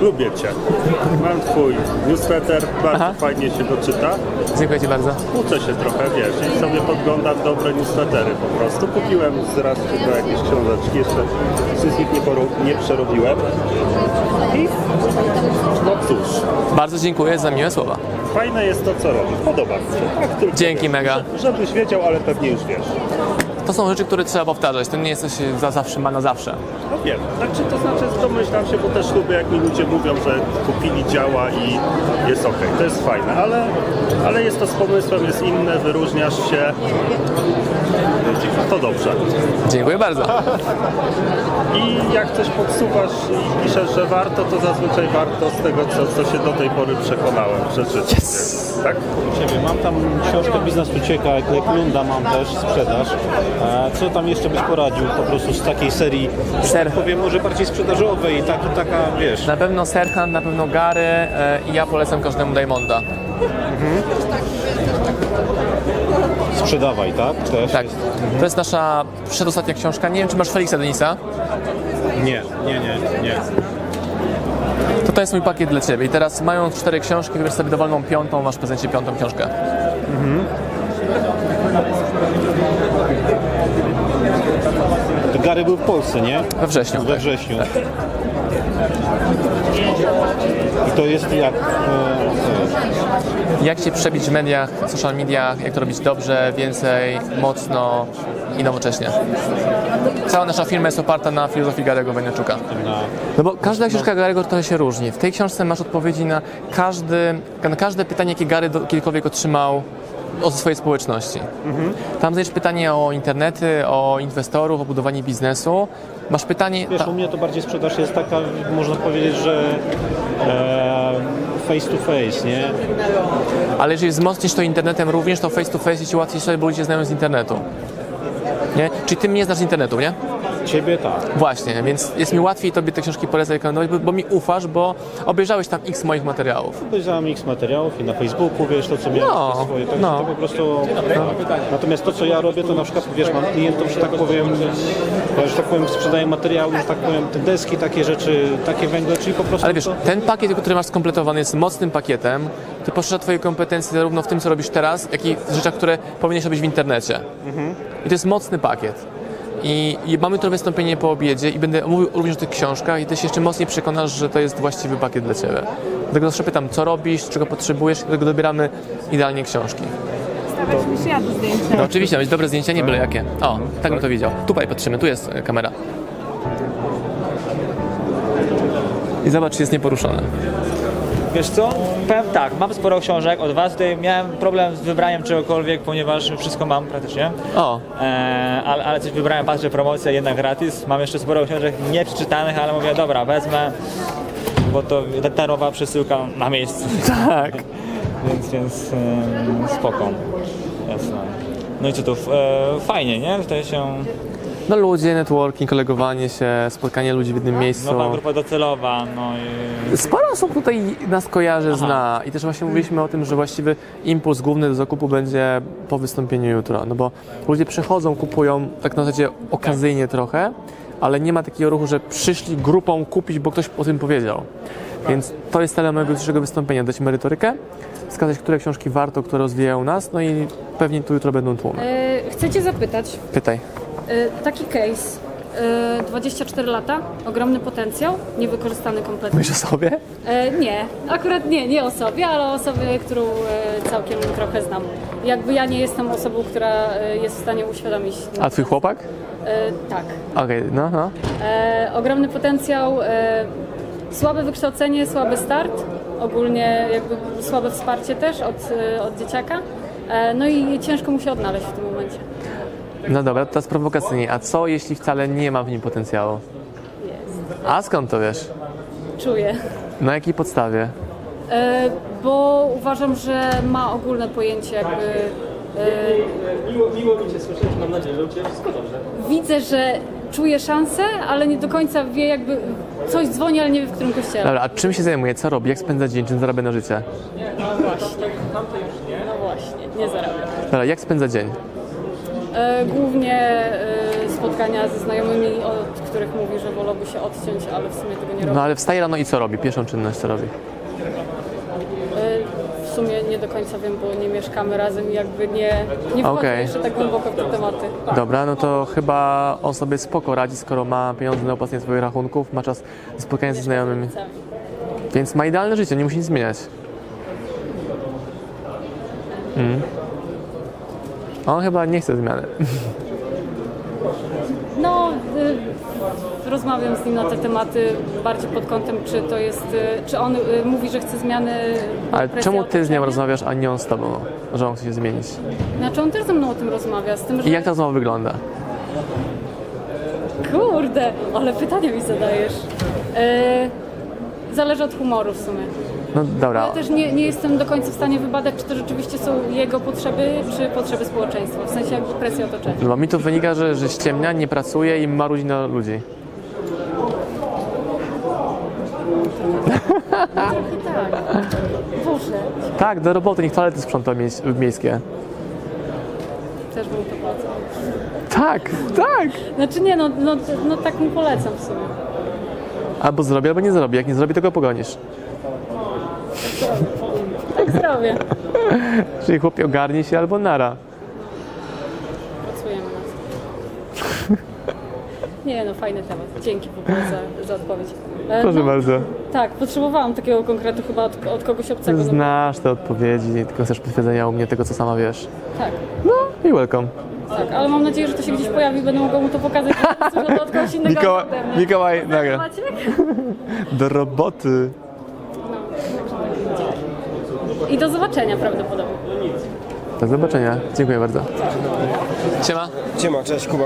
Lubię Cię. Mam Twój newsletter, bardzo Aha. fajnie się doczyta. Dziękuję Ci bardzo. Uczę się trochę, wiesz, i sobie podglądam dobre newslettery po prostu. Kupiłem zraz czy dwa jakieś książeczki, jeszcze wszystkich nie, poru- nie przerobiłem. I no cóż, Bardzo dziękuję za miłe słowa. fajne jest to, co robisz. Podoba mi się. Tak tylko Dzięki, wiesz, mega. że- Żebyś wiedział, ale pewnie już wiesz. To są rzeczy, które trzeba powtarzać. To nie jest coś za zawsze, ma na zawsze. No wiem, znaczy to znaczy domyślam się, bo też lubię jak mi ludzie mówią, że kupili działa i jest ok, to jest fajne, ale, ale jest to z pomysłem, jest inne, wyróżniasz się, to dobrze. Dziękuję bardzo. I jak coś podsuwasz i piszesz, że warto, to zazwyczaj warto z tego, co, co się do tej pory przekonałem, przeczytać. Tak? Ciebie. Mam tam książkę Biznes Ucieka, Klunda mam też, sprzedaż. E, Co tam jeszcze byś poradził po prostu z takiej serii, tak Ser. powiem może bardziej sprzedażowej, tak, taka wiesz, Na pewno Serhan, na pewno Gary e, i ja polecam każdemu Diamonda. sprzedawaj, tak? Też? Tak. To jest nasza przedostatnia książka. Nie wiem, czy masz Feliksa Denisa. Nie, nie, nie, nie. To to jest mój pakiet dla Ciebie. I teraz mając cztery książki, wybierz sobie dowolną piątą, masz w prezencie piątą książkę. To Gary był w Polsce, nie? We wrześniu. We wrześniu. Tak. I to jest jak... E, Jak się przebić w mediach, w social mediach, jak to robić dobrze, więcej, mocno i nowocześnie. Cała nasza firma jest oparta na filozofii Garego Wojnaczuka. e, na, No bo każda książka Garego trochę się różni. W tej książce masz odpowiedzi na, każdy, na każde pytanie, jakie Gary do- kiedykolwiek otrzymał od swojej społeczności. Tam znajdziesz pytanie o internety, o inwestorów, o budowanie biznesu. Masz pytanie... Wiesz, ta- u mnie to bardziej sprzedaż jest taka, można powiedzieć, że e, face to face, nie? Ale jeżeli wzmocnisz to internetem również, to face to face jest ci łatwiej sobie, bo ludzie znają z internetu. Nie? Czyli ty mnie znasz z internetu, nie? Ciebie tak. Właśnie, więc jest mi łatwiej tobie te książki polecać, rekomendować, bo, bo mi ufasz, bo obejrzałeś tam x moich materiałów. Obejrzałem x materiałów i na Facebooku, wiesz, to co miałem No, no, swoje, także no. to po prostu... tak. Natomiast to, co ja robię, to na przykład, wiesz, mam klientów, że tak powiem, ja, że tak powiem, sprzedaję materiały, że tak powiem, te deski, takie rzeczy, takie węgle, czyli po prostu Ale wiesz, to... ten pakiet, który masz skompletowany, jest mocnym pakietem. To poszerza twoje kompetencje zarówno w tym, co robisz teraz, jak i w rzeczach, które powinieneś robić w internecie. I to jest mocny pakiet. I, I mamy to wystąpienie po obiedzie i będę mówił również o tych książkach i ty się jeszcze mocniej przekonasz, że to jest właściwy pakiet dla ciebie. Dlatego zawsze pytam, co robisz, czego potrzebujesz, dlatego dobieramy idealnie książki. Stawiać mi się do zdjęcia. No oczywiście, mieć dobre zdjęcia, nie byle jakie. O, tak bym to widział. Tutaj patrzymy, tu jest e, kamera. I zobacz, jest nieporuszony. Wiesz co? Powiem tak, mam sporo książek od Was. Tutaj miałem problem z wybraniem czegokolwiek, ponieważ wszystko mam praktycznie. O, Eee, ale, ale coś wybrałem, patrzę, promocja jednak gratis. Mam jeszcze sporo książek nieprzeczytanych, ale mówię, dobra, wezmę, bo to ta, ta nowa przesyłka na miejscu. tak. więc więc em, spoko. Jasne. No i co tu? Eee, fajnie, nie? Tutaj się... No ludzie, networking, kolegowanie się, spotkanie ludzi w jednym miejscu. Nowa no, grupa docelowa, no i... Sporo osób tutaj nas kojarzy, zna i też właśnie mówiliśmy o tym, że właściwy impuls główny do zakupu będzie po wystąpieniu jutro, no bo ludzie przychodzą, kupują tak na zasadzie okazyjnie trochę, ale nie ma takiego ruchu, że przyszli grupą kupić, bo ktoś o tym powiedział. Więc to jest celem mojego dzisiejszego wystąpienia, dać merytorykę, wskazać, które książki warto, które rozwijają nas, no i pewnie tu jutro będą tłumy. E, Chcę Cię zapytać, Pytaj. e, taki case, e, 24 lata, ogromny potencjał, niewykorzystany kompletnie. Myślisz o sobie? E, Nie, akurat nie, nie o sobie, ale o osobie, którą e, całkiem trochę znam. Jakby ja nie jestem osobą, która e, jest w stanie uświadomić. A twój chłopak? E, Tak. Okej, no, no. E, Ogromny potencjał, e, słabe wykształcenie, słaby start, ogólnie jakby słabe wsparcie też od, e, od dzieciaka. E, No i ciężko mu się odnaleźć w tym momencie. No dobra, to teraz prowokacyjnie. A co jeśli wcale nie ma w nim potencjału? A skąd to wiesz? Czuję. Na jakiej podstawie? E, bo uważam, że ma ogólne pojęcie jakby e, Miło mi Cię słyszeć, mam nadzieję, że u Ciebie wszystko dobrze. Widzę, że czuje szansę, ale nie do końca wie jakby coś dzwoni, ale nie wie w którym kościele. Dobra, a czym się zajmuje, co robi, jak spędza dzień, czym zarabia na życie? No właśnie, nie zarabia. Dobra, jak spędza dzień? E, Głównie e, spotkania ze znajomymi, od których mówi, że wolałby się odciąć, ale w sumie tego nie robi. No ale wstaje rano i co robi? Pierwszą czynność co robi? E, W sumie nie do końca wiem, bo nie mieszkamy razem i jakby nie, nie wchodzę Okej. jeszcze tak głęboko w te tematy. Dobra, no to chyba on sobie spoko radzi, skoro ma pieniądze na opłacenie swoich rachunków, ma czas na spotkanie ze znajomymi. Więc ma idealne życie, nie musi nic zmieniać. Mm. Hmm? On chyba nie chce zmiany. No, y, rozmawiam z nim na te tematy bardziej pod kątem, czy to jest, y, czy on y, mówi, że chce zmiany. Ale presji czemu ty z nią otoczenia? rozmawiasz, a nie on z tobą? Że on chce się zmienić. Znaczy on też ze mną o tym rozmawia, z tym, że... I jak ta rozmowa wygląda? Kurde, ale pytania mi zadajesz. Y, Zależy od humoru w sumie. No dobra. Ja też nie, nie jestem do końca w stanie wybadać, czy to rzeczywiście są jego potrzeby, czy potrzeby społeczeństwa, w sensie jakby presji otoczenia. Bo mi to wynika, że, że ściemnia, nie pracuje i marudzi na ludzi. Tak, Boże, Tak, do roboty, niech toalety sprząta mie- miejskie. też bym to polecał. Tak, tak! Znaczy nie, no, no, no tak mu polecam w sumie. Albo zrobi, albo nie zrobi. Jak nie zrobi, to go pogonisz. Tak zrobię. Czyli chłopie ogarnij się albo nara. Pracujemy nad tym. Nie no, fajny temat. Dzięki w ogóle za, za odpowiedź. E, Proszę no, bardzo. Tak, potrzebowałam takiego konkretu chyba od, od kogoś obcego. no bo- Znasz te odpowiedzi, tylko chcesz potwierdzenia u mnie tego, co sama wiesz. No Tak, I welcome. tak, ale mam nadzieję, że to się gdzieś pojawi, będę mogła mu to pokazać, że słyszę to od kogoś innego. Mikołaj, ode mnie. Mikołaj, nagra. Maciek? Do roboty. I do zobaczenia prawdopodobnie. Do zobaczenia. Dziękuję bardzo. Siema. Siema, cześć Kuba.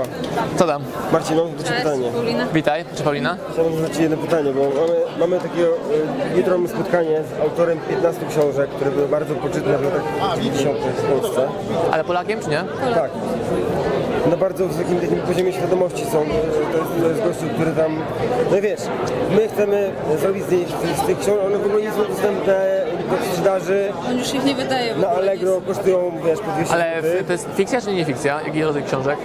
Co tam? Marcin, mam do Ciebie pytanie. Witaj. Czy Paulina? Chciałbym zadać Ci jedno pytanie, bo mamy, mamy takiego, e, jutro mamy spotkanie z autorem 15 książek, które były bardzo poczytne w latach 90. w Polsce. Ale Polakiem, czy nie? Tak. Na bardzo wysokim takim poziomie świadomości są, że to jest, to jest gościu, który tam, no i wiesz, my chcemy zrobić z, nich, z tych książek, one w ogóle nie są dostępne do sprzedaży, On już ich nie wydaje. w na ogóle, Allegro kosztują, wiesz, po 200 Ale złotych. f- to jest fikcja, czy nie fikcja? Jaki rodzaj książek?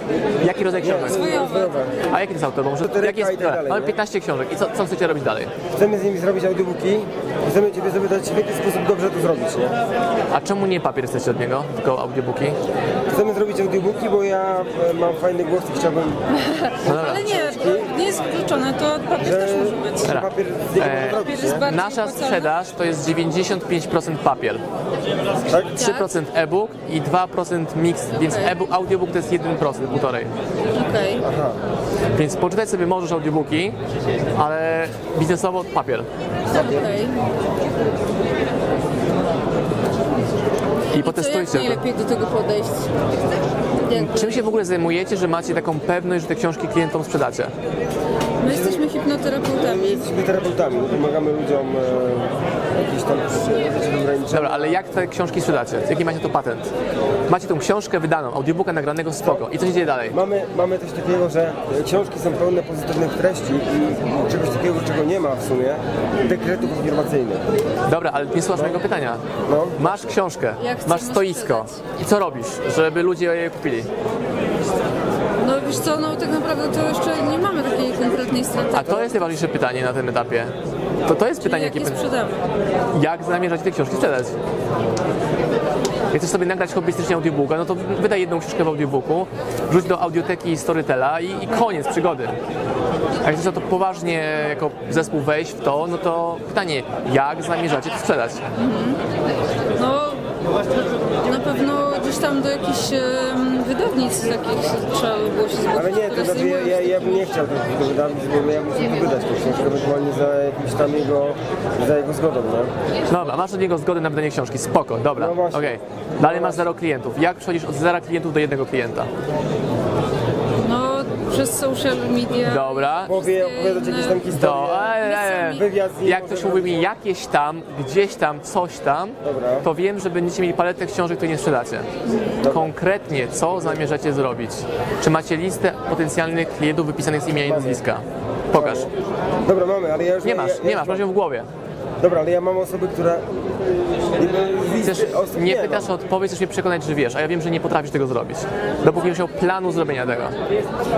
Jaki rodzaj książek? Zdrowe. A jaki to jest autor? Bo Może, Turyka jaki jest i tak dalej, Mamy nie? 15 książek. I co, co chcecie robić dalej? Chcemy z nimi zrobić audiobooki i chcemy Ciebie zapytać, w jaki sposób dobrze to zrobić, nie? A czemu nie papier chcecie od niego, tylko audiobooki? Chcemy zrobić audiobooki, bo ja e, mam fajny głos i chciałbym, No dobra. Ale nie, nie jest wykluczone, to papier że, też może być. że papier z niego Eee, może zrobić, Papier jest nie? bardziej Nasza opłacalny. sprzedaż to jest 95% papier, Tak? 3% e-book i 2% mix, więc Okej. e-book, audiobook to jest 1%, 1,5%. Okej. Więc poczytać sobie możesz audiobooki, ale biznesowo papier. okej. I To jak potestujcie. najlepiej do tego podejść? Jakby. Czym się w ogóle zajmujecie, że macie taką pewność, że te książki klientom sprzedacie? My jesteśmy hipnoterapeutami. Jesteśmy terapeutami, pomagamy ludziom e, jakieś tam ograniczenia. Dobra, ale jak te książki sprzedacie? Jaki macie to patent? Macie tą książkę wydaną, audiobooka nagranego spoko. I co się dzieje dalej? Mamy, mamy też takiego, że e, książki są pełne pozytywnych treści i czegoś takiego, czego nie ma w sumie, dekretów afirmacyjnych. Dobra, ale nie słuchasz mojego pytania. No. Masz książkę, Ja chcę masz ją stoisko. I co robisz, żeby ludzie je kupili? No wiesz co, no tak naprawdę to jeszcze nie mamy takiej konkretnej strategii. A to jest najważniejsze pytanie na tym etapie. To to jest pytanie, jak jakie je pyta- sprzedamy. jak zamierzacie te książki sprzedać? Jak chcesz sobie nagrać hobbystycznie audiobooka, no to wydaj jedną książkę w audiobooku, wrzuć do audioteki Storytela i, i koniec przygody. A jak chcesz na to poważnie jako zespół wejść w to, no to pytanie, jak zamierzacie to sprzedać? No na pewno gdzieś tam do jakichś em, wydawnic takich trzeba by było się zgłosić. Ale nie, to które znaczy ja, zajmują się ja, ja bym nie chciał tego wydawać, bo ja muszę to wydać tą książkę, ewentualnie za jakimś tam jego, za jego zgodą, nie? No Dobra, masz od niego zgodę na wydanie książki, spoko, dobra, No właśnie. okej. Dalej masz zero klientów. Jak przechodzisz od zera klientów do jednego klienta? No przez social media. Dobra. Powie, opowiadać jakieś tam historie. Do, e, e, Wywiad z nim jak ktoś możemy- mówi mi jakieś tam, gdzieś tam, coś tam, Dobra. to wiem, że będziecie mieli paletę książek, której nie sprzedacie. Konkretnie, co zamierzacie zrobić? Czy macie listę potencjalnych klientów wypisanych z imienia i nazwiska? Pokaż. Dobra, mamy, ale ja już Nie ja, masz, ja nie już masz, mam- masz ją w głowie. Dobra, ale ja mam osoby, która. Jakby listy Chcesz, osób no. nie mam. pytasz o odpowiedź, chcesz mnie przekonać, że wiesz, a ja wiem, że nie potrafisz tego zrobić. Dopóki nie masz planu zrobienia tego.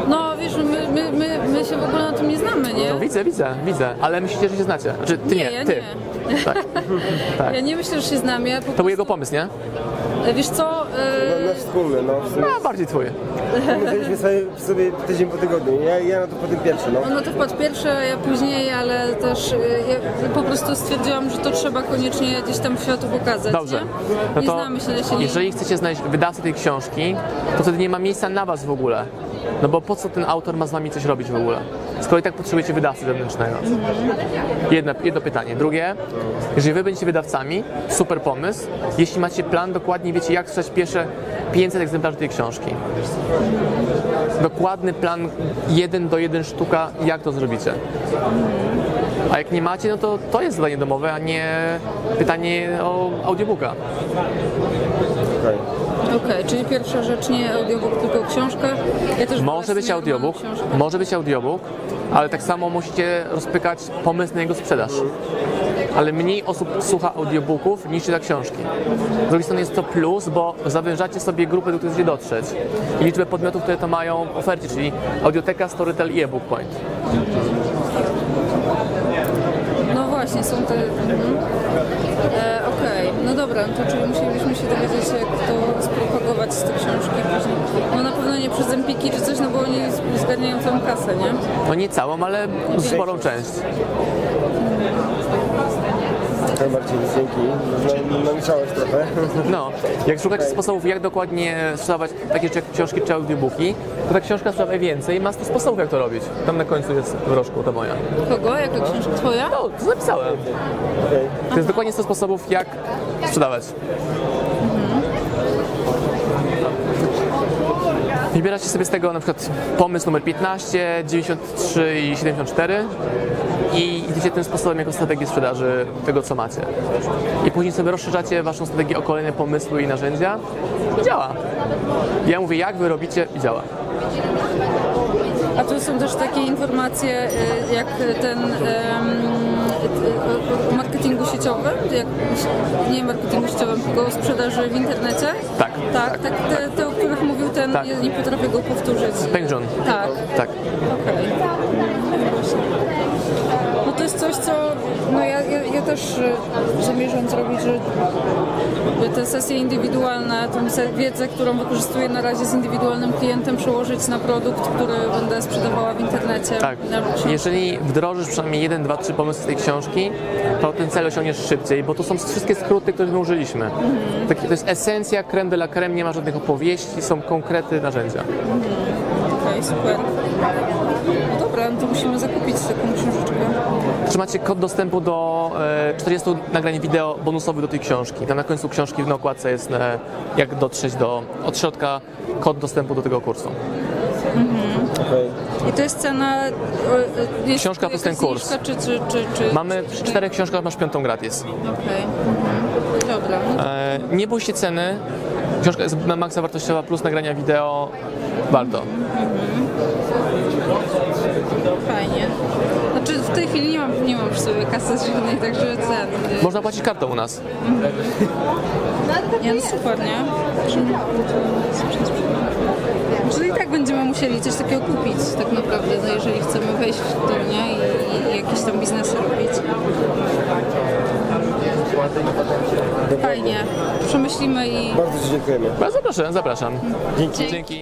No wiesz, my, my, my, my się w ogóle na tym nie znamy, nie? No widzę, widzę, widzę, ale myślicie, że się znacie. Znaczy, ty nie, Nie, ja ty. nie. Tak. tak. Ja nie myślę, że się znamy. Ja po To był prostu, jego pomysł, nie? Wiesz co, No, e, nasz wspólny, no w sumie. A bardziej twój. Myśleliśmy sobie, sobie tydzień po tygodniu. Ja, ja na to po tym pierwszy, no. no to wpadł pierwszy, a ja później, ale też e, ja po prostu stwierdziłam, że to trzeba koniecznie gdzieś tam światu pokazać, Dobrze. nie? No nie to znamy się, ja się nie... jeżeli chcecie znaleźć wydawcę tej książki, to wtedy nie ma miejsca na was w ogóle. No bo po co ten autor ma z wami coś robić w ogóle? Skoro i tak potrzebujecie wydawcy zewnętrznego. Jedno, jedno pytanie. Drugie, jeżeli wy będziecie wydawcami, super pomysł. Jeśli macie plan, dokładnie wiecie, jak sprzedać pierwsze 500 egzemplarzy tej książki. Dokładny plan, jeden do jeden sztuka, jak to zrobicie. A jak nie macie, no to to jest zadanie domowe, a nie pytanie o audiobooka. Okej. Okej, czyli pierwsza rzecz nie audiobook, tylko książka. Ja też Może być właśnie audiobook, mam książkę. może być audiobook, ale tak samo musicie rozpykać pomysł na jego sprzedaż. Ale mniej osób słucha audiobooków niż czyta książki. Z drugiej strony jest to plus, bo zawężacie sobie grupę, do której chcecie dotrzeć i liczbę podmiotów, które to mają w ofercie, czyli audioteka, storytel i e-book point. No właśnie, są te... Mhm. E, Okej, no dobra, no to czyli musielibyśmy się dowiedzieć, jak to spropagować z tej książki później. No na pewno nie przez empiki czy coś, no bo oni zgarniają całą kasę, nie? No nie całą, ale sporą część. Okay. Marcin, dzięki. No, namieszałeś trochę. No, jak szukacie sposobów, jak dokładnie sprzedawać takie rzeczy jak książki czy audiobooki, to ta książka sprzedawaj więcej i ma 100 sposobów, jak to robić. Tam na końcu jest w rożku, to moja. Kogo? Jaka książka? Twoja? No, to napisałem. Okej. To jest dokładnie 100 sposobów, jak sprzedawać. Wybieracie sobie z tego na przykład pomysł numer 15, 93 i 74 i idziecie tym sposobem jako strategię sprzedaży tego, co macie. I później sobie rozszerzacie waszą strategię o kolejne pomysły i narzędzia i działa. Ja mówię, jak wy robicie i działa. A tu są też takie informacje, y, jak ten em, y, y, o- o marketingu sieciowym, jak, nie marketingu sieciowym, tylko o sprzedaży w internecie. Tak, Tak, tak, te, te o których mówił ten, Tak. ja nie potrafię go powtórzyć. Peng Jun. Tak, Tak. okej. No to jest coś, co no ja, ja, ja też y, zamierzam zrobić, że by te sesje indywidualne, tą se- wiedzę, którą wykorzystuję na razie z indywidualnym klientem, przełożyć na produkt, który będę sprzedawała w internecie. Tak. Na Jeżeli wdrożysz przynajmniej jeden, dwa, trzy pomysły z tej książki, to ten cel osiągniesz szybciej, bo to są wszystkie skróty, których my użyliśmy. Taki- To jest esencja creme de la creme, nie ma żadnych opowieści, są konkrety, narzędzia. Okej, super. No dobra, no to musimy zakupić taką książeczkę. Czy macie kod dostępu do e, 40 nagrań wideo bonusowych do tej książki? Tam na końcu książki w na okładce jest e, jak dotrzeć do od środka kod dostępu do tego kursu. Okej. I to jest cena... o, y, Jest Książka tu to jest ten jakaś kurs. zniżka, Czy, czy, czy, czy, Mamy czy, przy czterech książkach, masz piątą gratis. Okej. Mhm. Dobra, no E, nie bój się ceny. Książka jest na maksa wartościowa plus nagrania wideo. Warto. Fajnie. Znaczy w tej chwili nie mam, nie mam przy sobie kasy żadnej, także ten. Można płacić kartą u nas. Nie, no super, nie? Czyli i tak będziemy musieli coś takiego kupić tak naprawdę, no jeżeli chcemy wejść w to, nie? I, i jakieś tam biznesy robić. Fajnie. Przemyślimy i... Bardzo Ci dziękujemy. Bardzo Zapraszam, zapraszam. Dzięki.